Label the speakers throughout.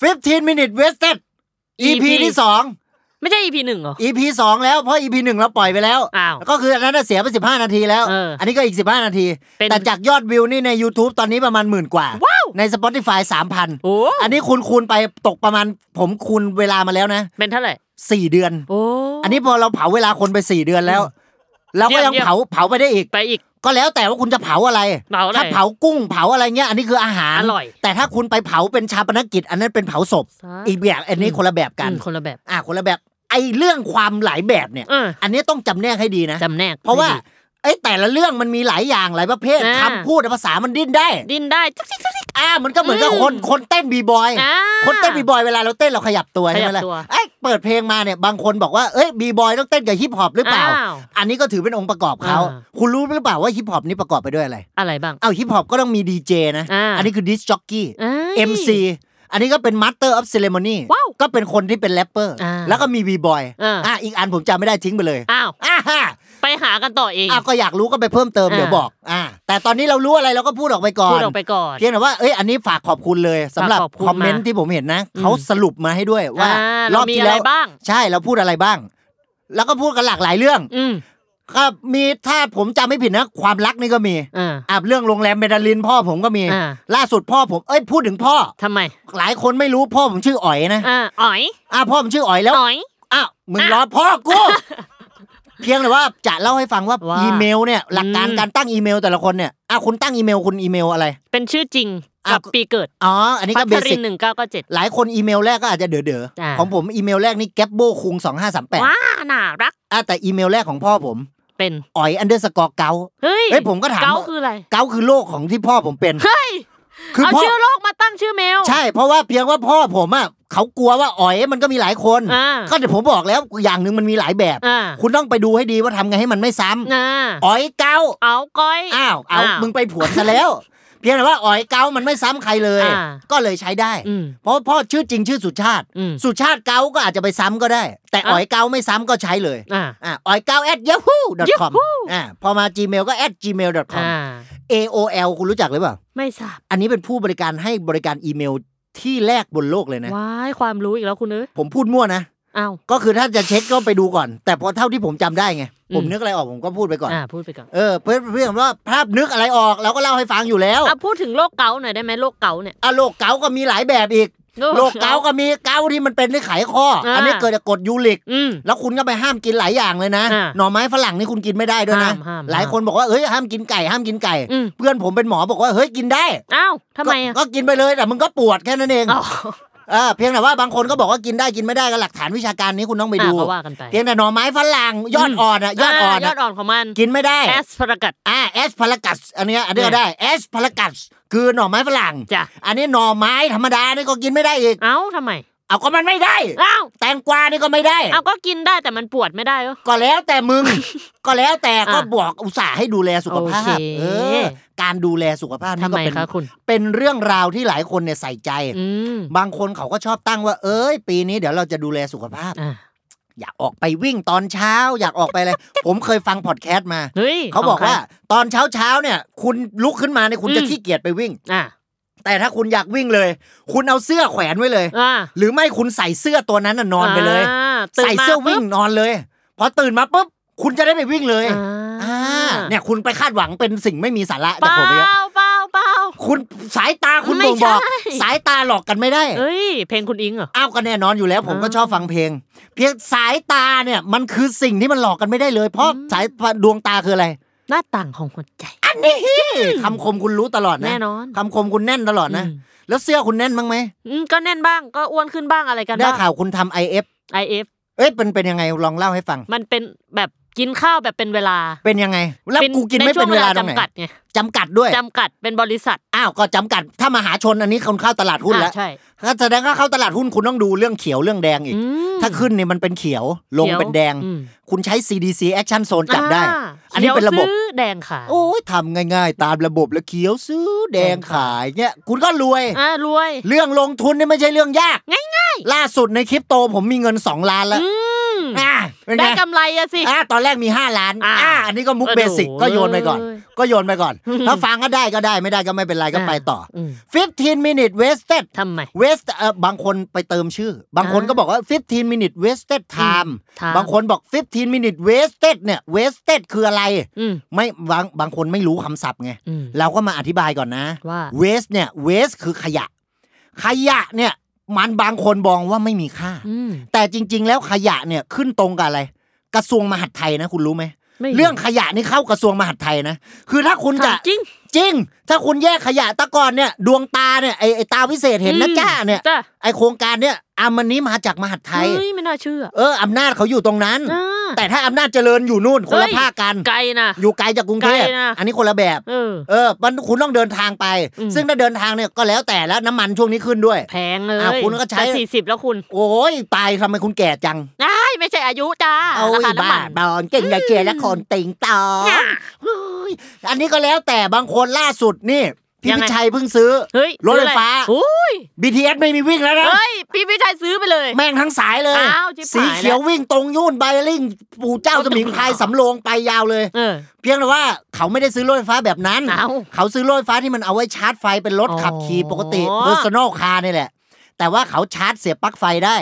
Speaker 1: 15 minute wasted EP
Speaker 2: EP
Speaker 1: ที่สอง
Speaker 2: ไม่ใช่ EP หนึ่งเหรอ
Speaker 1: EP สองแล้วเพราะ EP หนึ่งเราปล่อยไปแล้ว
Speaker 2: อ้าว
Speaker 1: ก็คืออันนั้นนะเสียไป 15 นาทีแล้ว
Speaker 2: เอออั
Speaker 1: อันนี้ก็อีก 15 นาที
Speaker 2: เป็น
Speaker 1: แต่จากยอดวิวนี่ใน YouTube ตอนนี้ประมาณหมื่นกว่า
Speaker 2: ว้าว
Speaker 1: ใน Spotify 3,000
Speaker 2: โอ้
Speaker 1: อันนี้คูณคูณไปตกประมาณผมคูณเวลามาแล้วนะ
Speaker 2: เป็นเท่าไหร่
Speaker 1: 4 เดือน
Speaker 2: โอ้
Speaker 1: อันนี้พอเราเผาเวลาคนไป 4 เดือนแล้ว เราก็ยัง
Speaker 2: เยี่ยม
Speaker 1: เผาเผาไปได้อีก
Speaker 2: ไปอีก
Speaker 1: ก็แล้วแต่ว่าคุณจะเผาอะไร
Speaker 2: เผาอะไร
Speaker 1: ถ้าเผากุ้งเผาอะไรเงี้ย อันนี้คืออาหาร
Speaker 2: อร่อย
Speaker 1: แต่ถ้าคุณไปเผาเป็นชาปนกิจ อันนั้นเป็นเผาศพ
Speaker 2: สาธุ
Speaker 1: อีกแบบอันนี้คนละแบบกัน
Speaker 2: อืมคนละแบบ
Speaker 1: อ่ะคนละแบบไอ้เรื่องความหลายแบบเนี่ย
Speaker 2: เอออั
Speaker 1: อันนี้ต้องจำแนกให้ดีนะ
Speaker 2: จำแนก
Speaker 1: เพราะว่า
Speaker 2: ไม่ดี
Speaker 1: ไอ้แต่ละเรื่องมันมีหลายอย่างหลายประเภท
Speaker 2: อ่า
Speaker 1: คำพูดภาษามันดิ้นได้
Speaker 2: ดิ้นได้จุ๊กจิ๊กจุ๊กจิ๊ก
Speaker 1: อ่ามันก็เหมือนกับ
Speaker 2: อืม
Speaker 1: คนคนเต้นบีบอย
Speaker 2: อ่า
Speaker 1: คนเต้นบีบอยเวลาเราเต้นเราขยับตัว
Speaker 2: ข
Speaker 1: ใช่
Speaker 2: ยับ
Speaker 1: ไหมล่ะ
Speaker 2: ตัว
Speaker 1: ไอ้ยเปิดเพลงมาเนี่ยบางคนบอกว่าเอ้ยบีบอยต้องเต้นกับฮิปฮอปหรือเปล่า
Speaker 2: อ้าว
Speaker 1: อันนี้ก็ถือเป็นองค์ประกอบเขา
Speaker 2: อ่า
Speaker 1: คุณรู้หรือเปล่าว่าฮิปฮอปนี่ประกอบไปด้วยอะไร
Speaker 2: อะไรบ้าง
Speaker 1: เอาฮิปฮอปก็ต้องมีดีเจนะ
Speaker 2: อ่า
Speaker 1: อันนี้คือดิสจ็อกกี้
Speaker 2: เอ้ย
Speaker 1: MC อันนี้ก็เป็นมาสเตอร์ออฟเซเลมอนี
Speaker 2: ว้าว
Speaker 1: ก็เป็นคนที่เป็นแรปเปอร์
Speaker 2: อ่า
Speaker 1: แล้วก็มีบีบอย
Speaker 2: อ่า
Speaker 1: อ่ะอีกอันผมจำไม่ได้ทิ้งไปเลย
Speaker 2: อ้าว
Speaker 1: อ่าฮะ
Speaker 2: ไปหากันต่อเอง
Speaker 1: อ่ะก็อยากรู้ก็ไปเพิ่มเติม
Speaker 2: อ่า
Speaker 1: เดี๋ยวบอกอ่าแต่ตอนนี้เรารู้อะไรเราก็พูดออกไปก่อน
Speaker 2: พูดออกไปก่อน
Speaker 1: เพียงแต่ว่าเอ้ยอันนี้ฝากขอบคุณเลยสำหรับ
Speaker 2: ฝากขอบคุณ
Speaker 1: คอมเมนต์
Speaker 2: มา
Speaker 1: ที่ผมเห็นนะเขาสรุปมาให้ด้วยว่า
Speaker 2: อ่าร
Speaker 1: อบที่แล้ว
Speaker 2: เรามีอะไรบ้าง
Speaker 1: ใช่เราพูดอะไรบ้าง แล้วก็พูดกันหลากหลายเรื่อง
Speaker 2: อืม
Speaker 1: ก็มีถ้าผมจำไม่ผิดนะ ความรักนี่ก็มี
Speaker 2: อ่า
Speaker 1: อาบเรื่องโรงแรมเบดาลินพ่อผมก็มี
Speaker 2: อ่า
Speaker 1: ล่าสุดพ่อผมเอ้ยพูดถึงพ่อ
Speaker 2: ทำไม
Speaker 1: หลายคนไม่รู้พ่อผมชื่ออ๋อยนะ
Speaker 2: อ่าอ๋อย
Speaker 1: อ่าพ่อผมชื่ออ๋อยแล้ว
Speaker 2: อ๋อย
Speaker 1: อ้าวมึงล้อพ่อกู เพียงแต่ว่าจะเล่าให้ฟังว่า
Speaker 2: ว่า
Speaker 1: อีเมลเนี่ยหลักการ
Speaker 2: อืม
Speaker 1: การตั้งอีเมลแต่ละคนเนี่ยอ้าวคุณตั้งอีเมลคุณอีเมลอะไร
Speaker 2: เป็นชื่อจริง
Speaker 1: อ้า
Speaker 2: กั
Speaker 1: ว
Speaker 2: บปีเกิด
Speaker 1: อ๋ออันนี้
Speaker 2: พั
Speaker 1: ก็เบ
Speaker 2: ชริ
Speaker 1: สิก
Speaker 2: นหนึ่งเก้าเก้าเจ็ด
Speaker 1: หลายคนอีเมลแรกก็อาจจะเด๋อเด๋อๆ
Speaker 2: จ้ะ
Speaker 1: ของผมอีเมลแรกนี่แกปโบคุงสองห้าสามแปด
Speaker 2: ว้าน่ารัก
Speaker 1: อ่ะแต่อีเมลแรกของพ่อผม
Speaker 2: เป็น
Speaker 1: อ๋อยอันเดอร์สกอร์เกา
Speaker 2: เฮ้ย
Speaker 1: เฮ้ยผมก็ถาม
Speaker 2: เก้า
Speaker 1: ว่า
Speaker 2: คืออะไร
Speaker 1: เกาคือโรคของที่พ่อผมเป็น
Speaker 2: เฮ้ย
Speaker 1: คือ
Speaker 2: เอา
Speaker 1: พ่อ
Speaker 2: ชื่อโรคมาตั้งชื่อแมว
Speaker 1: ใช่เพราะว่าเพียงว่าพ่อผมอ่ะเขากลัวว่าอ๋อยมันก็มีหลายคน
Speaker 2: อ่า
Speaker 1: ก็เดี๋ยวผมบอกแล้วอย่างหนึ่งมันมีหลายแบบ
Speaker 2: อ่า
Speaker 1: คุณต้องไปดูให้ดีว่าทำไงให้มันไม่ซ้ำ
Speaker 2: อ่า
Speaker 1: อ๋อยเก้า
Speaker 2: เอาก้อย
Speaker 1: อ้าวเอา
Speaker 2: อ้าว
Speaker 1: มึงไปผวนซะ แล้ว เพียงแต่ว่าอ๋อยเก้ามันไม่ซ้ำใครเลย
Speaker 2: อ่า
Speaker 1: ก็เลยใช้ได้
Speaker 2: อืม
Speaker 1: เพราะพ่อชื่อจริงชื่อสุชาติ
Speaker 2: อืม
Speaker 1: สุชาติเก้าก็อาจจะไปซ้ำก็ได้ แต่
Speaker 2: อ่ะ
Speaker 1: อ๋อยเก้าไม่ซ้ำก็ใช้เลย
Speaker 2: อ่า
Speaker 1: อ่าอ๋อยเก้า at yahoo com อ่าพอมา gmail ก็ at gmail com
Speaker 2: อ่า
Speaker 1: aol คุณรู้จักหรือเปล่า
Speaker 2: ไม่ทราบ
Speaker 1: อันนี้เป็นผู้บริการให้บริการอีเมลที่แรกบนโลกเลยนะ
Speaker 2: ว้ายความรู้อีกแล้วคุณเอ้ย
Speaker 1: ผมพูดมั่วนะ
Speaker 2: อ้าว
Speaker 1: ก็คือถ้าจะเช็คก็ไปดูก่อน แต่พอเท่าที่ผมจำได้ไง
Speaker 2: อืม
Speaker 1: ผมนึกอะไรออกผมก็พูดไปก่อน
Speaker 2: อ่าพูดไปก่อน
Speaker 1: เออ เพื่อนเพื่อนว่าภาพนึกอะไรออกเราก็เล่าให้ฟังอยู่แล้ว
Speaker 2: อ่ะพูดถึงโรคเกาต์หน่อยได้ไหมโรคเกาต์เนี่ย
Speaker 1: อ่ะโรคเกาต์ก็มีหลายแบบอีก โรคเกาต์ก็มีเกาต์ที่มันเป็นที่ไขข้ออา อันนี้เกิดจากกรดยูริก
Speaker 2: อืม
Speaker 1: แล้วคุณก็ไปห้ามกินหลายอย่างเลยนะ
Speaker 2: อ่า
Speaker 1: หน่อไม้ฝรั่งนี่คุณกินไม่ได้ด้วยนะ
Speaker 2: ห้ามห้าม
Speaker 1: หลายคนบอกว่าเอ้ยห้ามกินไก่ห้ามกินไก่
Speaker 2: อืม
Speaker 1: เพื่อนผมเป็นหมอบอกว่าเฮ้ยกินได้
Speaker 2: อ้าวทำไมอ่ะ
Speaker 1: ก็ก็กินไปเลยแต่มึงก็ปวดแค่นั้นเอง
Speaker 2: อ๋อ
Speaker 1: เออเพียงแต่ว่าบางคนก็บอกว่ากินได้กินไม่ได้ก็หลักฐานวิชาการนี้คุณต้องไปดู
Speaker 2: อ่ะก็ว่ากันไป
Speaker 1: เพียงแต่หน่อไม้ฝรั่งยอดอ่อนอะยอดอ่อน
Speaker 2: ายอ
Speaker 1: อะ
Speaker 2: ดอ่อนของมัน
Speaker 1: กินไม่ได้
Speaker 2: แอสพารากัส
Speaker 1: อ่าแอสพารากัสอันเนี้ยอันเนี้ย
Speaker 2: เนี่ย
Speaker 1: ได้แอสพารากัสคือหน่อไม้ฝรั่ง
Speaker 2: จ้ะ
Speaker 1: อันนี้หน่อไม้ธรรมดานี่ก็กินไม่ได้อีก
Speaker 2: เอ้าทำไม
Speaker 1: เอาก็มันไม่ได้
Speaker 2: เอ้าว
Speaker 1: แตงกวานี่ก็ไม่ได้
Speaker 2: เอาก็กินได้แต่มันปวดไม่ได้เหรอ
Speaker 1: ก็แล้วแต่ มึง ก็แล้วแต่ก็
Speaker 2: อ่ะ
Speaker 1: บอกอุตส่าห์ให้ดูแลสุขภาพ
Speaker 2: โอเค
Speaker 1: เออการดูแลสุขภาพนี่
Speaker 2: ทำ
Speaker 1: ก็
Speaker 2: ไม
Speaker 1: เป็น
Speaker 2: คะคุณ
Speaker 1: เป็นเรื่องราวที่หลายคนเนี่ยใส่ใจ
Speaker 2: อืม
Speaker 1: บางคนเขาก็ชอบตั้งว่า เอ้ย ปีนี้เดี๋ยวเราจะดูแลสุขภาพ
Speaker 2: อ่า
Speaker 1: อยากออกไปวิ่งตอนเช้า อยากออกไปอะไร ผมเคยฟังพอดแคสต์มา
Speaker 2: เฮ้ย
Speaker 1: เขาบอก
Speaker 2: ขงใคร
Speaker 1: ว่าตอนเช้าเช้าๆเนี่ย คุณลุกขึ้นมาเนี่ยคุณจะ
Speaker 2: อืม
Speaker 1: ขี้เกียจไปวิ่ง
Speaker 2: อ่า
Speaker 1: แต่ถ้าคุณอยากวิ่งเลย คุณเอาเสื้อแขวนไว้เลย
Speaker 2: อ่า
Speaker 1: หรือไม่คุณใส่เสื้อตัวนั้นน่ะนอนไปเลย
Speaker 2: าตื่น
Speaker 1: ใส่
Speaker 2: มา
Speaker 1: เสื้อวิ่ง
Speaker 2: ปุ๊บ
Speaker 1: นอนเลยพอตื่นมาปุ๊บคุณจะได้ไปวิ่งเลย
Speaker 2: อ่า
Speaker 1: อ่า
Speaker 2: อ่า
Speaker 1: เนี่ยคุณไปคาดหวังเป็นสิ่งไม่มีสาระ
Speaker 2: เป
Speaker 1: จาก
Speaker 2: ล่า
Speaker 1: ผมเนี่ย
Speaker 2: เปล่าเปล่า
Speaker 1: คุณสายตาคุณ
Speaker 2: ไม่
Speaker 1: บ่งบอก
Speaker 2: ใช่
Speaker 1: สายตาหลอกกันไม่ได้
Speaker 2: เอ้ย เพลงคุณอิงเหรอ
Speaker 1: อ้าวก็แน่นอนอยู่แล้วผมก็ชอบฟังเพลง เพียงสายตาเนี่ยมันคือสิ่งที่มันหลอกกันไม่ได้เลย เพราะสายดวงตาคืออะไร
Speaker 2: หน้าต่างของหัวใจ
Speaker 1: อันนี้คำคมคุณรู้ตลอดนะ
Speaker 2: แน่นอน
Speaker 1: คำคมคุณแน่นตลอดนะ
Speaker 2: อืม
Speaker 1: แล้วเสื้อคุณแน่นบ้างไหม
Speaker 2: อืมก็แน่นบ้างก็อ้วนขึ้นบ้างอะไรกัน
Speaker 1: ได้
Speaker 2: บ้าง
Speaker 1: ข่าวคุณทำ IF
Speaker 2: IF
Speaker 1: เอ้ยเป็นเป็นยังไงลองเล่าให้ฟัง
Speaker 2: มันเป็นแบบกินข้าวแบบเป็นเวลา
Speaker 1: เป็นยังไง แล้วกูกินไม่
Speaker 2: ช่
Speaker 1: เป็นเวลาตรงไหน
Speaker 2: จำกัดไง
Speaker 1: จำกัดด้วย
Speaker 2: จำกัดเป็นบริษัท
Speaker 1: อ้าวก็จำกัดถ้ามหาชนอันนี้คนเข้าตลาดหุ้นแล้ว
Speaker 2: อ่าใช่
Speaker 1: ก็แสดงว่าเข้าตลาดหุ้นคุณต้องดูเรื่องเขียวเรื่องแดงอีก
Speaker 2: อืม
Speaker 1: ถ้าขึ้นเนี่ยมันเป็นเขียวลง
Speaker 2: เขียว
Speaker 1: เป็นแดง
Speaker 2: อืม
Speaker 1: คุณใช้ CDC Action Zone จับได้
Speaker 2: อ่า
Speaker 1: อันนี้เป็นระบบ
Speaker 2: ขียวซื้อแดงขาว
Speaker 1: โอ้ยทำง่ายๆ ตามระบบแล้วเขียวซื้อแดงขายเนี่ยคุณก็รวย
Speaker 2: อ่ารวย
Speaker 1: เรื่องลงทุนเนี่ยไม่ใช่เรื่องยาก ง่ายๆ ล่าสุดในคริปโตผมมีเงิน 2 ล้านแล้ว
Speaker 2: อืม
Speaker 1: อ่าเป็น
Speaker 2: ได้
Speaker 1: ไง
Speaker 2: กำไรอะสิ
Speaker 1: อ่าตอนแรกมี 5 ล้าน
Speaker 2: อ่า
Speaker 1: อ่าอันนี้ก็มุก
Speaker 2: เออ
Speaker 1: เบสิก
Speaker 2: โอ้
Speaker 1: ก็โยนไปก่อน
Speaker 2: เอ้ย
Speaker 1: ก็โยนไปก่อน ถ้าฟังก็ได้ก็ได้ไม่ได้ก็ไม่เป็นไรก็
Speaker 2: อ่า
Speaker 1: ไปต่ออ
Speaker 2: ม
Speaker 1: 15 minute wasted
Speaker 2: ทำไม
Speaker 1: เวสเออบางคนไปเติมชื่อ บางคน
Speaker 2: อ่า
Speaker 1: ก็บอกว่า 15 minute wasted time
Speaker 2: อืม time
Speaker 1: บางคนบอก 15 minute wasted เนี่ย wasted คืออะไร
Speaker 2: อืม
Speaker 1: ไม่บางบางคนไม่รู้คำศัพท์ไง
Speaker 2: อืม
Speaker 1: เราก็มาอธิบายก่อนนะ
Speaker 2: ว่า
Speaker 1: เวสเนี่ยเวสคือขยะ ขยะเนี่ยมันบางคนมองว่าไม่มีค่า
Speaker 2: อืม
Speaker 1: แต่จริง ๆ แล้วขยะเนี่ยขึ้นตรงกับอะไร กระทรวงมหาดไทยนะ คุณรู้ไหม
Speaker 2: ไม่รู้
Speaker 1: เรื่องขยะนี่เข้ากระทรวงมหาดไทยนะคือถ้าคุณจะ
Speaker 2: ถามจริง
Speaker 1: จริง ถ้าคุณแยกขยะแตะกอนเนี่ย ดวงตาเนี่ยไอไอตาวิเศษเห็นนะ
Speaker 2: อืม
Speaker 1: จ้าเนี่ย
Speaker 2: จ้ะ
Speaker 1: ไอโครงการเนี่ยอามันนี้มาจากมหาดไทย
Speaker 2: เฮ้ยไม่น่าเชื่อ
Speaker 1: เอออำนาจเขาอยู่ตรงนั้น
Speaker 2: อ่า
Speaker 1: แต่ถ้าอำนาจเจริญอยู่นู่นคนละภาคกัน
Speaker 2: ไกลนะ
Speaker 1: อยู่ไกลจากกรุงเทพ
Speaker 2: ไกลนะ
Speaker 1: อันนี้คนละแบบ
Speaker 2: เออ
Speaker 1: เออมันคุณต้องเดินทางไป
Speaker 2: อืม
Speaker 1: ซึ่งถ้าเดินทางเนี่ยก็แล้วแต่แล้วน้ำมันช่วงนี้ขึ้นด้วย
Speaker 2: แพงเลย
Speaker 1: อ่ะคุณก็ใช้
Speaker 2: สี่สิบแล้วคุณ
Speaker 1: โอ้ยตายทำไมคุณแก่จัง
Speaker 2: อ้ายไม่ใช่อายุจ้า
Speaker 1: เอา
Speaker 2: รา
Speaker 1: อี
Speaker 2: คาน้ำ
Speaker 1: บ้า
Speaker 2: มัน
Speaker 1: บอลเก่งอย่าเกลียดและคนติงตอง
Speaker 2: อ่ะ
Speaker 1: โอ้ยอันนี้ก็แล้วแต่บางคนล่าสุดนี่พี่
Speaker 2: ยัง
Speaker 1: พิ
Speaker 2: ไง
Speaker 1: ชัยเพิ่งซื้อ
Speaker 2: เฮ้ย
Speaker 1: รถไฟฟ้า
Speaker 2: อุ้ย
Speaker 1: BTS ไม่มีวิ่งแล้วนะ
Speaker 2: เฮ้ย พี่วิชัยซื้อไปเลย
Speaker 1: แม่งทั้งสายเลย
Speaker 2: อ้าวชิบหาย
Speaker 1: สีเขียววิ่งตรงยุ่นไบลิ่ง ปู่เจ้าสมิงพรายสำโรงไปยาวเลย
Speaker 2: เออ
Speaker 1: เพียงแต่ว่าเขาไม่ได้ซื้อรถไฟฟ้าแบบนั้น
Speaker 2: เอ้า
Speaker 1: เขาซื้อรถไฟฟ้าที่มันเอาไว้ชาร์จไฟเป็นรถ
Speaker 2: อ๋อ
Speaker 1: ขับขี่ปกติ personal car นี่แหละ แต่ว่าเขาชาร์จเสียบปลั๊กไฟได้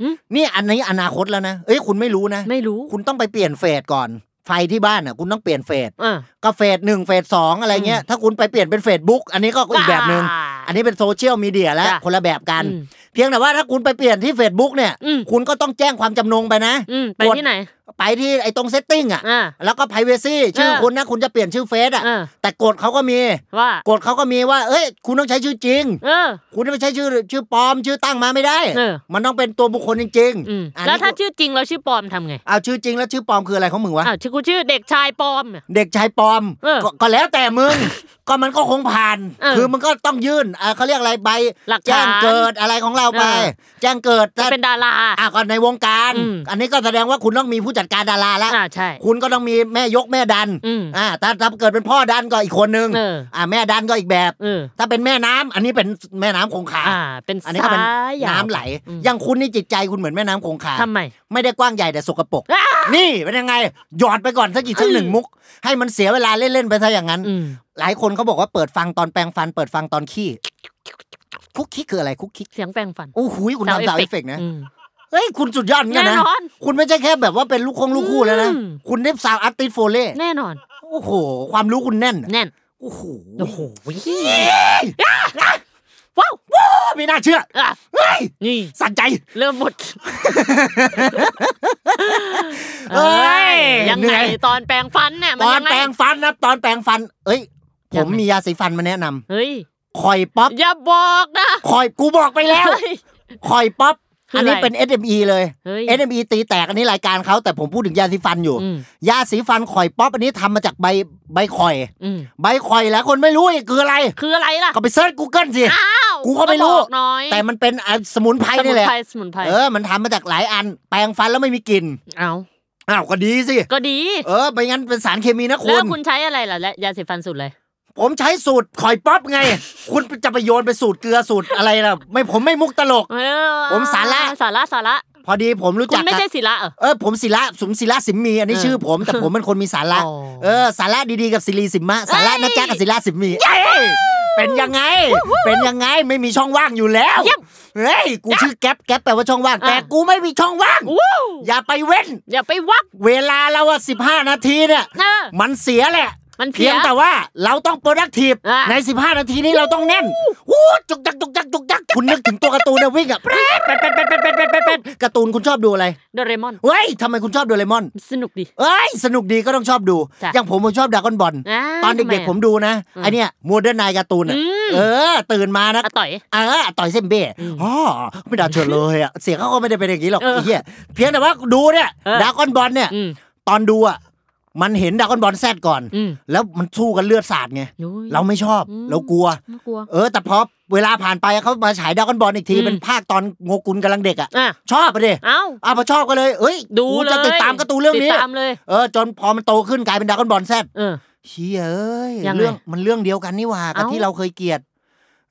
Speaker 2: หึ
Speaker 1: นี่อันนี้อนาคตแล้วนะ เอ้ยคุณไม่รู้นะ
Speaker 2: ไม่รู้
Speaker 1: คุณต้องไปเปลี่ยนเฟสก่อน ไฟที่บ้านอ่ะคุณต้องเปลี่ยนเฟส
Speaker 2: เออ
Speaker 1: ก็เฟสหนึ่งเฟสสองอะไรเงี้ย ถ้าคุณไปเปลี่ยนเป็นเฟสบุ๊กอันนี้ก็อีกแบบหนึ่ง
Speaker 2: อ่า
Speaker 1: อันนี้เป็นโซเชียลมีเดียแล้ว
Speaker 2: จ้ะ
Speaker 1: คนละแบบกัน
Speaker 2: อืม
Speaker 1: เพียงแต่ว่าถ้าคุณไปเปลี่ยนที่ Facebook เนี่ย
Speaker 2: อืม
Speaker 1: คุณก็ต้องแจ้งความจำนงไปนะ
Speaker 2: อืมไป
Speaker 1: กด
Speaker 2: ที่ไหน
Speaker 1: ไปที่ไอ้ตรงเซตติ้งอ่ะ
Speaker 2: อ่า
Speaker 1: แล้วก็ privacy ชื่อ
Speaker 2: เออ
Speaker 1: คุณนะ คุณจะเปลี่ยนชื่อเฟซอ่ะ
Speaker 2: เออ
Speaker 1: แต่กฎเขาก็มี
Speaker 2: ว่า
Speaker 1: กฎเขาก็มีว่า เอ้ย คุณต้องใช้ชื่อจริง
Speaker 2: เออ
Speaker 1: คุณไม่ใช้ชื่อชื่อปลอม ชื่อตั้งมาไม่ได้
Speaker 2: เออ
Speaker 1: มันต้องเป็นตัวบุคคลจริง
Speaker 2: อืม
Speaker 1: อันนี้
Speaker 2: แล้วถ้า
Speaker 1: กู
Speaker 2: ชื่อจริงแล้วชื่อปลอมทำไง
Speaker 1: เอาชื่อจริงแล้วชื่อปลอมคืออะไรของมึงวะ
Speaker 2: อ้าวชื่อกูชื่อเด็กชายปลอมเนี่ย
Speaker 1: เด็กชายปลอม
Speaker 2: เออ
Speaker 1: ก็ก็แล้วแต่มึง ก็มันก็คงผ่าน
Speaker 2: เออ
Speaker 1: คือมันก็ต้องยื่นอ่าเขาเรียกอะไรใบ
Speaker 2: หลักฐาน
Speaker 1: แจ้งเกิดอะไรของเราไป
Speaker 2: เออ
Speaker 1: แจ้งเกิด
Speaker 2: จะเป็นดารา
Speaker 1: อ่ะก็ในวงการ
Speaker 2: อืม
Speaker 1: อันนี้ก็แสดงว่าคุณต้องมีผู้จัดการดาราแล้ว
Speaker 2: อ่าใช่
Speaker 1: คุณก็ต้องมีแม่ยกแม่ดัน
Speaker 2: อืม
Speaker 1: ถ้าถ้าเกิดเป็นพ่อดันก็อีกคนนึง
Speaker 2: เอออ่
Speaker 1: แม่ดันก็อีกแบบ
Speaker 2: เออ
Speaker 1: ถ้าเป็นแม่น้ำอันนี้เป็นแม่น้ำคงคา
Speaker 2: อ่า เป็น
Speaker 1: อันนี้ก็เป็น
Speaker 2: สายยาว
Speaker 1: น้ำไหล อย่างคุณนี่จิตใจคุณเหมือนแม่น้ำคงคา
Speaker 2: ทำไม
Speaker 1: ไม่ได้กว้างใหญ่แต่สกปรก
Speaker 2: อ่า
Speaker 1: นี่เป็นยังไง หยอดไปก่อนสักกี่สักหนึ่งมุก ให้มันเสียเวลาเล่น ๆ ไปซะอย่างนั้น
Speaker 2: อืม
Speaker 1: หลายคนเขาบอกว่าเปิดฟังตอนแปรงฟัน เปิดฟังตอนขี้คุกคิกคืออะไรคุกคิก
Speaker 2: เสียงแปรงฟัน
Speaker 1: โอ้โหยคุณทำสาวเอฟเฟกต์นะ
Speaker 2: อืม
Speaker 1: เฮ้ย คุณสุดยอดเหมือนกันนะ
Speaker 2: แน่นอน
Speaker 1: คุณไม่ใช่แค่แบบว่าเป็นลูกคงลูกคู่แล้วนะ
Speaker 2: อืม
Speaker 1: คุณได้สาวอาร์ติสโฟเล่
Speaker 2: แน่นอน
Speaker 1: โอ้โห ความรู้คุณแน่นอะ
Speaker 2: แน่น
Speaker 1: โอ้โห
Speaker 2: โอ้โห
Speaker 1: ว้าวว้าวไม่น่าเชื่อ
Speaker 2: อ่ะ
Speaker 1: เฮ้ย
Speaker 2: นี่
Speaker 1: สั่นใจ
Speaker 2: เริ่มหม ด
Speaker 1: เอ้ย
Speaker 2: ยัง
Speaker 1: เหนื่
Speaker 2: ไง
Speaker 1: อย
Speaker 2: ตอนแปรงฟันเนี่ยมั
Speaker 1: ต
Speaker 2: น
Speaker 1: อน
Speaker 2: ยังไง
Speaker 1: แปรงฟันนะตอนแปรงฟัน เอ้ย ผ
Speaker 2: ยั
Speaker 1: ม
Speaker 2: งไง
Speaker 1: มียาสีฟันมาแนะนำ
Speaker 2: เฮ้ย
Speaker 1: คอยป๊อป
Speaker 2: อย่าบอกนะ
Speaker 1: คอยกูบอกไปแล้ว
Speaker 2: เฮ้ย
Speaker 1: คอยป๊อป
Speaker 2: คื
Speaker 1: อั
Speaker 2: ออั
Speaker 1: นนี้
Speaker 2: อะไร
Speaker 1: เป็น SME เลย
Speaker 2: เฮ้ย
Speaker 1: SME ตีแตกอันนี้รายการเขาแต่ผมพูดถึงยาสีฟันอยู่
Speaker 2: อืม
Speaker 1: ยาสีฟันคอยป๊อปอันนี้ทำมาจากใบใบคอย
Speaker 2: อืม
Speaker 1: ใบคอยแล้วคนไม่รู้อีกคืออะไร
Speaker 2: คืออะไรล่ะ
Speaker 1: ก็ไปเซิร์ช Google สิ
Speaker 2: อ้าว
Speaker 1: กูก็ไม่รู้
Speaker 2: บอกหน้อย
Speaker 1: แต่มันเป็นอ่ะสมุนไพร
Speaker 2: สมุ
Speaker 1: นี่
Speaker 2: น
Speaker 1: แหละ
Speaker 2: ไพรสมุนไพร
Speaker 1: เออมันทำมาจากหลายอัน แปรงฟันแล้วไม่มีกลิ่น
Speaker 2: เอา
Speaker 1: อ้าวก็ดีสิ
Speaker 2: ก็ดี
Speaker 1: เออไม่งั้นเป็นสารเคมีนะคุ
Speaker 2: แล้ว
Speaker 1: ณ
Speaker 2: คุณใช้อะไรล่ะและยาสีฟันสูตรเลย
Speaker 1: ผมใช้สูตรคอยป๊อปไง คุณจะไปโยนไปสูตรเกลือสูตรอะไรล่ะ ไม่ผมไม่มุกตลก
Speaker 2: เออ
Speaker 1: ผมสาระ
Speaker 2: สาระสาระ
Speaker 1: พอดีผมรู้
Speaker 2: คุ
Speaker 1: จัก
Speaker 2: ณไม่
Speaker 1: กับ
Speaker 2: ใช่ศิละเหรอ
Speaker 1: เออผมศิละสมศิละสิมมี อันนี้
Speaker 2: เออ
Speaker 1: ชื่อผมแต่ผมเป็นคนมีสาระ
Speaker 2: อ๋อ
Speaker 1: เออสาระดีๆกับศิรีสิมมะสาระนะจ๊ะกับศิละสิมมี เป็นยังไง เป็นยังไงไม่มีช่องว่างอยู่แล้ว
Speaker 2: เยี่ยม
Speaker 1: เฮ้ยกูชื่อแก๊ปแก๊ปแปลว่าช่องว่าง
Speaker 2: อ่ะ
Speaker 1: แต่กูไม่มีช่องว่าง
Speaker 2: วู้ว
Speaker 1: อย่าไปเว้น
Speaker 2: อย่าไปวัก
Speaker 1: เวลาเราอะสิบห้านาทีเนี่ย
Speaker 2: เออ
Speaker 1: มันเสียแหละ
Speaker 2: มันเสีย
Speaker 1: เพียงแต่ว่าเราต้องโปรดักทีฟ
Speaker 2: อ่ะ
Speaker 1: ใน 15 นาทีนี้เราต้องแน่นวู้จุกจักจุกจักจุกจักคุณนึกถึงตัวการ์ตูนนะวิ่งอะเป็ดเป็ดเป็ดเป็ดเป็ดเป็ดเป็ดเป็ดการ์ตูนคุณชอบดูอะไร
Speaker 2: โดเรมอน
Speaker 1: เฮ้ยทำไมคุณชอบดูเลมอน
Speaker 2: สนุกดิ
Speaker 1: เอ้ยสนุกดีก็ต้องชอบดู
Speaker 2: จ้ะ
Speaker 1: อย่างผมผมชอบดรากอนบอล
Speaker 2: อ่า
Speaker 1: ตอน
Speaker 2: ทำไะ
Speaker 1: เด็กๆผมดูนะไอเนี้ยโมเดิร์นไนการ์ตูนอะ
Speaker 2: อืม
Speaker 1: เออ ตื่นมานะ
Speaker 2: อะต่อย
Speaker 1: เออต่อยเส้นเบ้อ๋อไม่ด่าเฉยเลย อะเสียงเขาก็ไม่ได้เป็นอย่างนี้หรอก
Speaker 2: เออ
Speaker 1: ไอ้เหี้ยเพียงแต่ว่าดูเนี่ย
Speaker 2: เออ
Speaker 1: ดรากอนบอลเนี่ย
Speaker 2: อืม
Speaker 1: ตอนดูอะมันเห็นดรากอนบอลแซดก่อน
Speaker 2: อืม
Speaker 1: แล้วมันสู้กันเลือดสาดไง
Speaker 2: นุ้ย
Speaker 1: เราไม่ชอบ
Speaker 2: อืม
Speaker 1: เรากลัว
Speaker 2: ไม่กลัว
Speaker 1: เออ แต่พอเวลาผ่านไปเขามาฉายดรากอนบอลอีกที
Speaker 2: อืม
Speaker 1: เป็นภาคตอนโงกุลกำลังเด็กอ่ะ
Speaker 2: อ่ะ
Speaker 1: ชอบไปดิ
Speaker 2: เอ้า
Speaker 1: อ่ะพอชอบก็เลย เอ้ย
Speaker 2: ดู
Speaker 1: กู
Speaker 2: เลย
Speaker 1: จะติดตามการ์ตูนเรื่องนี้
Speaker 2: ติดตามเลย
Speaker 1: เออ จนพอมันโตขึ้นกลายเป็นดรากอนบอลแซด
Speaker 2: เออ
Speaker 1: เชี่ยเอ้ย
Speaker 2: ยังไง
Speaker 1: เรื่องมันเรื่องเดียวกันนี่หว่ากับ
Speaker 2: เอ้า
Speaker 1: ที่เราเคยเกลียด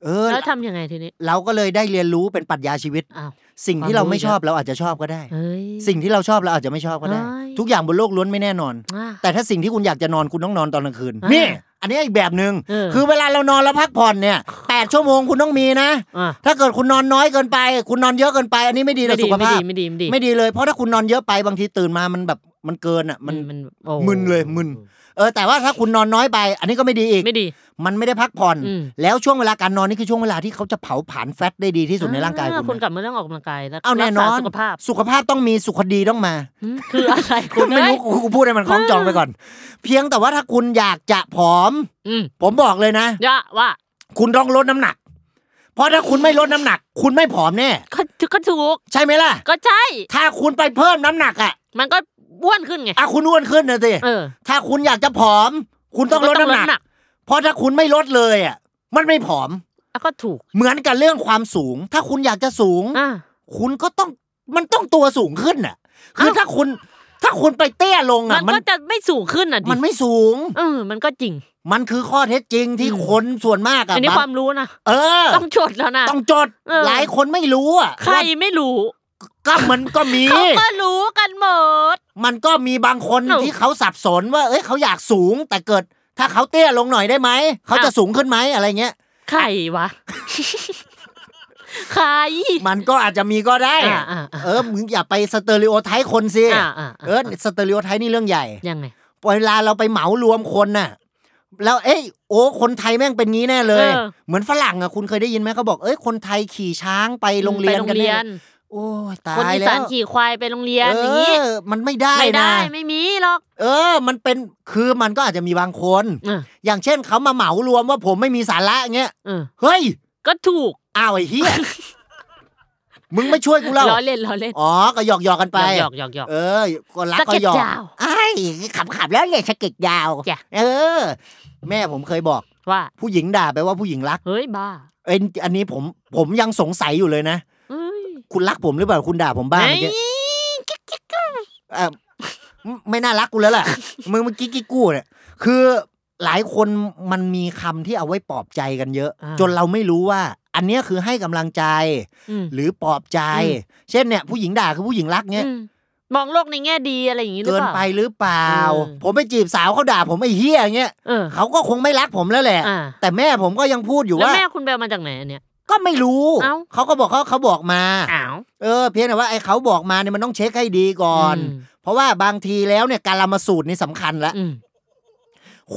Speaker 1: เออ
Speaker 2: แล้วทำยังไงทีนี้
Speaker 1: เราก็เลยได้เรียนรู้เป็นปรัชญาชีวิต
Speaker 2: อ้าว
Speaker 1: สิ่งที่เราไม่ชอบเราอาจจะชอบก็ได้
Speaker 2: เฮ้ย
Speaker 1: สิ่งที่เราชอบเราอาจจะไม่ชอบก็ได้
Speaker 2: เอ้ย
Speaker 1: ทุกอย่างบนโลกล้วนไม่แน่นอน
Speaker 2: อ่ะ
Speaker 1: แต่ถ้าสิ่งที่คุณอยากจะนอนคุณต้องนอนตอนกลางคืน
Speaker 2: อ่านี่
Speaker 1: นี่ อันนี้อีกแบบหนึ
Speaker 2: เอ
Speaker 1: ง่
Speaker 2: อ
Speaker 1: งคือเวลาเรานอนแล้วพักผ่อนเนี่ยแปดชั่วโมงคุณต้องมีนะ
Speaker 2: อ่ะ
Speaker 1: ถ้าเกิดคุณนอนน้อยเกินไป คุณนอนเยอะเกินไป อันนี้ไม่ดีต่อสุข
Speaker 2: ไม่
Speaker 1: ภา
Speaker 2: ดี
Speaker 1: พ
Speaker 2: ไม่ดีไม่ดี
Speaker 1: ไม่ดีเลยเพราะถ้าคุณนอนเยอะไปบางทีตื่นมามันแบบมันเกินอ่ะมัน
Speaker 2: มันโอ้
Speaker 1: มึนเลยมึน เออแต่ว่าถ้าคุณนอนน้อยไป อันนี้ก็ไม่ดีอีก
Speaker 2: ไม่ดี
Speaker 1: มันไม่ได้พักผ่อน
Speaker 2: อืม
Speaker 1: แล้วช่วงเวลาการนอนนี่คือช่วงเวลาที่เขาจะเผาผลาญแฟตได้ดีที่สุดในร่างกาย
Speaker 2: อ่
Speaker 1: คุ
Speaker 2: คุณ ณ
Speaker 1: นะ
Speaker 2: กลับมาเรื่องออกกำลังกายแล้ว
Speaker 1: เอาแน่น
Speaker 2: รั
Speaker 1: อก น
Speaker 2: ษาสุขภาพ
Speaker 1: สุขภาพต้องมีสุขดีต้องมา
Speaker 2: อืมคืออะไรคุ
Speaker 1: คุณ ณไม่รู้
Speaker 2: เอ้ย
Speaker 1: กูกูพูดให้มันคล้องจองไปก่อน เพียงแต่ว่าถ้าคุณอยากจะผอม
Speaker 2: อืม
Speaker 1: ผมบอกเลยนะ
Speaker 2: อย่าว่า
Speaker 1: คุณต้องลดน้ำหนัก เพราะถ้าคุณไม่ลดน้ำหนัก คุณไม่ผอมแน่
Speaker 2: ก็ก็ถูก
Speaker 1: ใช่ไหมล่ะ
Speaker 2: ก็ใช่
Speaker 1: ถ้าคุณไปเพิ่มน้ำหนักอ่ะ
Speaker 2: มันก็บ้วนขึ้นไง
Speaker 1: อ่ะคุณอ้วนขึ้นนะสิ
Speaker 2: เออ
Speaker 1: ถ้าคุณอยากจะผอม คุณต้องลดน้ำหนัก เพราะถ้าคุณไม่ลดเลยอ่ะมันไม่ผอม
Speaker 2: อ่ะก็ถูก
Speaker 1: เหมือนกับเรื่องความสูง ถ้าคุณอยากจะสูง
Speaker 2: อ่ะ
Speaker 1: คุณก็ต้องมันต้องตัวสูงขึ้นอ่ะ คือ
Speaker 2: เอ้า
Speaker 1: ถ้าคุณถ้าคุณไปเตี้ยลง
Speaker 2: มั
Speaker 1: อ่ะ
Speaker 2: น
Speaker 1: มัน
Speaker 2: ก็จะไม่สูงขึ้นอ่ะดิ
Speaker 1: มันไม่สูง
Speaker 2: เออ มันก็จริง
Speaker 1: มันคือข้อเท็จจริงที่
Speaker 2: อืม
Speaker 1: คนส่วนมากอะ
Speaker 2: อันนี้
Speaker 1: บง
Speaker 2: ความรู้นะ
Speaker 1: เออ
Speaker 2: ต้องชดแล้วนะ
Speaker 1: ต้องจด
Speaker 2: เออ
Speaker 1: หลายคนไม่รู้อะ
Speaker 2: ใคร
Speaker 1: ว่า
Speaker 2: ไม่รู้
Speaker 1: ก็มันก็มี
Speaker 2: เขาก็รู้กันหมด
Speaker 1: มันก็มีบางคน
Speaker 2: เอ้า
Speaker 1: ที่เขาสับสนว่า เอ้ยเขาอยากสูง แต่เกิด ถ้าเขาเตี้ยลงหน่อยได้ไหม เขาจะ
Speaker 2: อ่ะ
Speaker 1: สูงขึ้นไหมอะไรเงี้ย
Speaker 2: ใครวะ ใคร
Speaker 1: มันก็อาจจะมีก็ได้
Speaker 2: อ่ะอ่ะอ่ะ
Speaker 1: เออมึงอย่าไปสเตอริโอไทป์คนสิ
Speaker 2: อ่ะอ่ะ
Speaker 1: เออสเตอริโอไทป์นี่เรื่องใหญ่
Speaker 2: ยังไง
Speaker 1: เวลาเราไปเหมารวมคนน่ะ แล้วเอ้ยโอ้คนไทยแม่งเป็นงี้แน่เลย
Speaker 2: เออ
Speaker 1: เหมือนฝรั่งอะคุณเคยได้ยินไหมเขาบอกเอ้ยคนไทยขี่ช้างไปโรงเรียน
Speaker 2: ไปโรง
Speaker 1: กัน
Speaker 2: เรีย
Speaker 1: แน่
Speaker 2: น
Speaker 1: โอ้ยตา
Speaker 2: คน
Speaker 1: ย
Speaker 2: อี
Speaker 1: แล้ว
Speaker 2: สานขี่ควายไปโรงเรียนอย่างนี้
Speaker 1: เออมันไม่ได้
Speaker 2: ไม่
Speaker 1: นะ
Speaker 2: ได้ไม่มีหรอก
Speaker 1: เออ มันเป็นคือมันก็อาจจะมีบางคน
Speaker 2: เออ
Speaker 1: อย่างเช่นเขามาเหมารวมว่าผมไม่มีสาระเงี้ย
Speaker 2: เออ
Speaker 1: เฮ้ย
Speaker 2: ก็ถูก
Speaker 1: อ้าวไอ้เฮีย มึงไม่ช่วยกูแล้ว
Speaker 2: ล้อเล่นล้อเล่น
Speaker 1: อ๋อก็หยอกหยอกๆกันไป
Speaker 2: หยอกหยอกหยอก
Speaker 1: เออก็รักก็หยอก
Speaker 2: สะเก็ดยาว
Speaker 1: ไอ้ขำขำๆแล้วเนี่ยสะเก็ดยาว
Speaker 2: จ้ะ
Speaker 1: เออ แม่ผมเคยบอก
Speaker 2: ว่า
Speaker 1: ผู้หญิงด่าไปว่าผู้หญิงรัก
Speaker 2: เฮ้ยบ้า
Speaker 1: เอ็นอันนี้ผมผมยังสงสัยอยู่เลยนะ
Speaker 2: เอ้ย
Speaker 1: คุณรักผมหรือเปล่าคุณด่าผมบ้าเมื่อกี้
Speaker 2: เอ้ยกิ๊กกิ๊กกิ๊ก
Speaker 1: เอ่อไม่ไม่น่ารักกูแล้วล่ะ มึงเมื่อกี้กี้กู้เนี่ยคือหลายคนมันมีคำที่เอาไว้ปลอบใจกันเยอะ
Speaker 2: อ่า
Speaker 1: จนเราไม่รู้ว่า อันเนี้ยคือให้กำลังใจ
Speaker 2: อืม
Speaker 1: หรือปลอบใจ
Speaker 2: อื
Speaker 1: เช่นเนี่ยผู้หญิงด่าคือผู้หญิงรักเนี่ย
Speaker 2: อืมมองโลกในแง่ดีอะไรอย่างนี้หรือ
Speaker 1: เกิน
Speaker 2: เปล่า
Speaker 1: ไปหรือเปล่า
Speaker 2: อืม
Speaker 1: ผมไปจีบสาวเขาด่าผมไอ้เฮียอย่างเงี้ย
Speaker 2: เออ
Speaker 1: เขาก็คงไม่รักผมแล้วแหละ
Speaker 2: อ่า
Speaker 1: แต่แม่ผมก็ยังพูดอยู่
Speaker 2: แล้ว
Speaker 1: ว่า
Speaker 2: แม่คุณแบลมาจากไหนอันเนี้ย
Speaker 1: ก็ไม่รู้
Speaker 2: เอ้า
Speaker 1: เขาก็บอกเขาเขาบอกมา
Speaker 2: อ้าว
Speaker 1: เออเพียงแต่ว่าไอ้เขาบอกมาเนี่ยมันต้องเช็คให้ดีก่อน
Speaker 2: อืม
Speaker 1: เพราะว่าบางทีแล้วเนี่ยการละมาสูตรนี่สำคัญละ
Speaker 2: อืม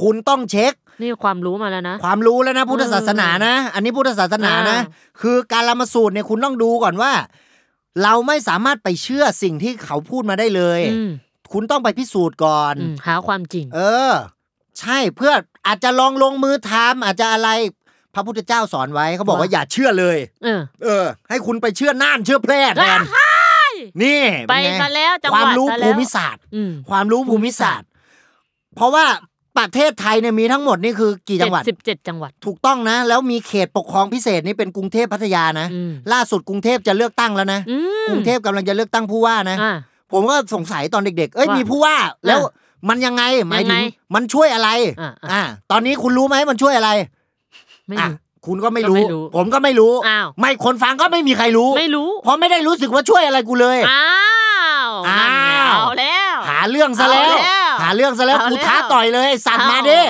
Speaker 1: คุณต้องเช็ค
Speaker 2: นี่ความรู้มาแล้วนะ
Speaker 1: ความรู้แล้วนะพุทธศาสนานะ อันนี้พุทธศาสนานะ
Speaker 2: อ่
Speaker 1: คือการละมาสูตรเนี่ยคุณต้องดูก่อนว่า เราไม่สามารถไปเชื่อสิ่งที่เขาพูดมาได้เลย
Speaker 2: อืม
Speaker 1: คุณต้องไปพิสูจน์ก่อน
Speaker 2: อืมหาความจริง
Speaker 1: เออ ใช่เพื่ออาจจะลองลงมือทำอาจจะอะไรพระพุทธเจ้าสอนไว้เขาบอกว่า
Speaker 2: ว่า
Speaker 1: อย่าเชื่อเลย
Speaker 2: เออ
Speaker 1: เออ ให้คุณไปเชื่อน่านเชื่อแพร่แทนนี่
Speaker 2: ไป
Speaker 1: เป็นไง
Speaker 2: มาแล้วจังห
Speaker 1: ค
Speaker 2: วัด
Speaker 1: วามรู้
Speaker 2: ซะแล้ว
Speaker 1: ภูมิศาสตร์
Speaker 2: อืม
Speaker 1: ความรู้ภูมิศาสตร์ เพราะว่าประเทศไทยเนี่ยมีทั้งหมดนี่คือกี่จังหวัด
Speaker 2: เจ็สิบเจ็ดจังหวัด
Speaker 1: ถูกต้องนะ แล้วมีเขตปกครองพิเศษนี่เป็นกรุงเทพพัทยานะ
Speaker 2: อืม
Speaker 1: ล่าสุดกรุงเทพจะเลือกตั้งแล้วนะ
Speaker 2: อืม
Speaker 1: กรุงเทพกำลังจะเลือกตั้งผู้ว่านะ
Speaker 2: อ่า
Speaker 1: ผมก็สงสัยตอนเด็ก ๆ เอ้ย
Speaker 2: ว่ามี
Speaker 1: มีผู้ว่าแล้วมันยังไงหมายถึง
Speaker 2: ยังไง
Speaker 1: มันช่วยอะไร
Speaker 2: อ่ะอ่ะ
Speaker 1: อ่าตอนนี้คุณรู้ไหมมันช่วยอะไร
Speaker 2: ไม่
Speaker 1: อ่ะ
Speaker 2: รู้
Speaker 1: คุณก็ไม่
Speaker 2: ก็
Speaker 1: รู้
Speaker 2: ไม่รู้
Speaker 1: ผมก็ไม่รู้
Speaker 2: อ้าว
Speaker 1: ไม่คนฟังก็ไม่มีใครรู้
Speaker 2: ไม่รู้
Speaker 1: เพราะไม่ได้รู้สึกว่าช่วยอะไรกูเลย
Speaker 2: อ้าว
Speaker 1: อ้าว
Speaker 2: นั่นไงเอาแล้ว
Speaker 1: หาเรื่องซะแล้ว
Speaker 2: เอาแล้ว
Speaker 1: หาเรื่องซะแล้ว
Speaker 2: เอา
Speaker 1: กู
Speaker 2: แล้ว
Speaker 1: ท้าต่อยเลยไอ้สัตว์
Speaker 2: เอ
Speaker 1: มาดิ
Speaker 2: อ้ว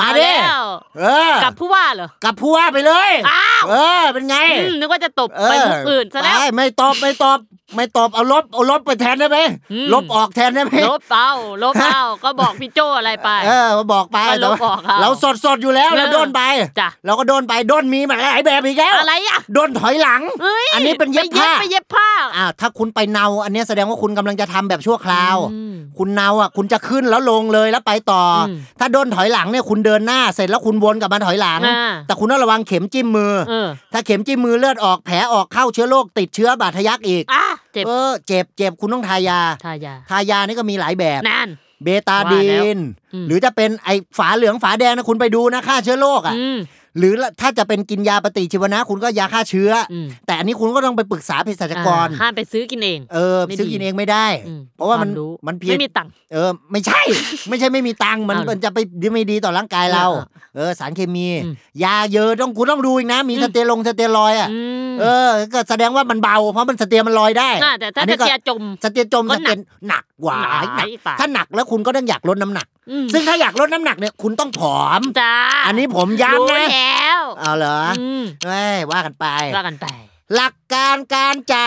Speaker 1: มาดิ
Speaker 2: เอแล้ว
Speaker 1: เ เออ
Speaker 2: กับผู้ว่าเหรอ
Speaker 1: กับผู้ว่าไปเลย
Speaker 2: อ้าว
Speaker 1: เออเป็นไง
Speaker 2: อืมนึกว่าจะตบ
Speaker 1: เ
Speaker 2: ไปมุกอื่นซะแล้ว
Speaker 1: ไปไม่ตอบไม่ตอบไม่ตอบเอาลบเอาลบไปแทนได้ไหม
Speaker 2: อืม
Speaker 1: ลบออกแทนได้ไหม
Speaker 2: ลบเอาลบเอาก็บอกพี่โจอะไรไป
Speaker 1: เออบอกไป
Speaker 2: ก็ลบออกเอา
Speaker 1: เราสดสดๆอยู่แล้ว
Speaker 2: เออ
Speaker 1: เราโดนไป
Speaker 2: จ้ะ
Speaker 1: เราก็โดนไปโดนมีมาหลายแบบอีกแล้ว
Speaker 2: อะไรอ่ะ
Speaker 1: โดนถอยหลัง
Speaker 2: เอ้ย
Speaker 1: อันนี้เป็นเย็บผ้า
Speaker 2: ไปเย็บผ้า
Speaker 1: อ่าถ้าคุณไปเนาอันเนี้ยแสดงว่าคุณกำลังจะทำแบบชั่วคราว
Speaker 2: อืม
Speaker 1: คุณเนาอ่ะคุณจะขึ้นแล้วลงเลยแล้วไปต่ออ
Speaker 2: ม
Speaker 1: ถ้าโดนถอยหลังเนี่ยคุณเดินหน้าเสร็จแล้วคุณวนกลับมาถอยหลัง
Speaker 2: อ่า
Speaker 1: แต่คุณต้องระวังเข็มจิ้มมือ
Speaker 2: เออ
Speaker 1: ถ้าเข็มจิ้มมือเลือดออกแผลออกเข้าเชื้อโรคติดเชื้อบาดทะยักอีก
Speaker 2: อ่ะเจ็บ
Speaker 1: เออเจ็บเจ็บคุณต้องทายา
Speaker 2: ทายา
Speaker 1: ทายานี่ก็มีหลายแบบ
Speaker 2: นั่น
Speaker 1: เบตาดี
Speaker 2: ว่าแล้ว
Speaker 1: น
Speaker 2: อืม
Speaker 1: หรือจะเป็นไอฝาเหลืองฝาแดงนะคุณไปดูนะฆ่าเชื้อโรคอ่ะ
Speaker 2: อืม
Speaker 1: หรือถ้าจะเป็นกินยาปฏิชีวนะ คุณก็ยาฆ่าเชื้ออ
Speaker 2: ม
Speaker 1: แต่อันนี้คุณก็ต้องไปปรึกษาเภสัชกร
Speaker 2: อ่าห้ามไปซื้อกินเอง
Speaker 1: เออ
Speaker 2: ไม่ดี
Speaker 1: ซื้อกินเองไม่ได้
Speaker 2: อืม
Speaker 1: เพราะว่ามัน
Speaker 2: ความรู้
Speaker 1: มันผิด
Speaker 2: ไม่มีตังค์
Speaker 1: เออ ไม่ ใช่ ไม่ใช่ไม่มีตังค์มัน
Speaker 2: เอาเหรอ
Speaker 1: มันจะไปดีไม่ดีต่อร่างกายเรา
Speaker 2: อ่า
Speaker 1: เออ สารเคมี
Speaker 2: อืม
Speaker 1: ยาเยอะต้องกูต้องดูอีกนะ มีสเตียลงสเตียรอยด์อ่ะ
Speaker 2: อืม
Speaker 1: เออ ก็แสดงว่ามันเบา เพราะมันสเตียมันลอยได้
Speaker 2: น่าแต่ถ้า
Speaker 1: อัน
Speaker 2: จะ
Speaker 1: นี้ก็
Speaker 2: เจียจม
Speaker 1: สเตียจม
Speaker 2: ก็
Speaker 1: ส
Speaker 2: หนั
Speaker 1: เตี
Speaker 2: ก
Speaker 1: ยหนักหวายหนัก
Speaker 2: หวาย
Speaker 1: ถ้าหนักแล้วคุณก็ต้องอยากลดน้ำหนัก
Speaker 2: อืม
Speaker 1: ซึ่งถ้าอยากลดน้ำหนักเนี่ยคุณต้องผอม
Speaker 2: จ้า
Speaker 1: อันนี้ผมย้ำ
Speaker 2: รู้
Speaker 1: นะ
Speaker 2: แล้ว
Speaker 1: เอาเหรอ
Speaker 2: อืม
Speaker 1: เอ้ยว่ากันไป
Speaker 2: ว่ากันไป
Speaker 1: หลักการการจะ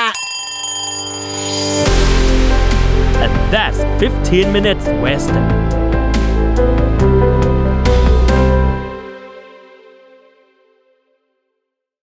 Speaker 3: And that's 15 minutes west.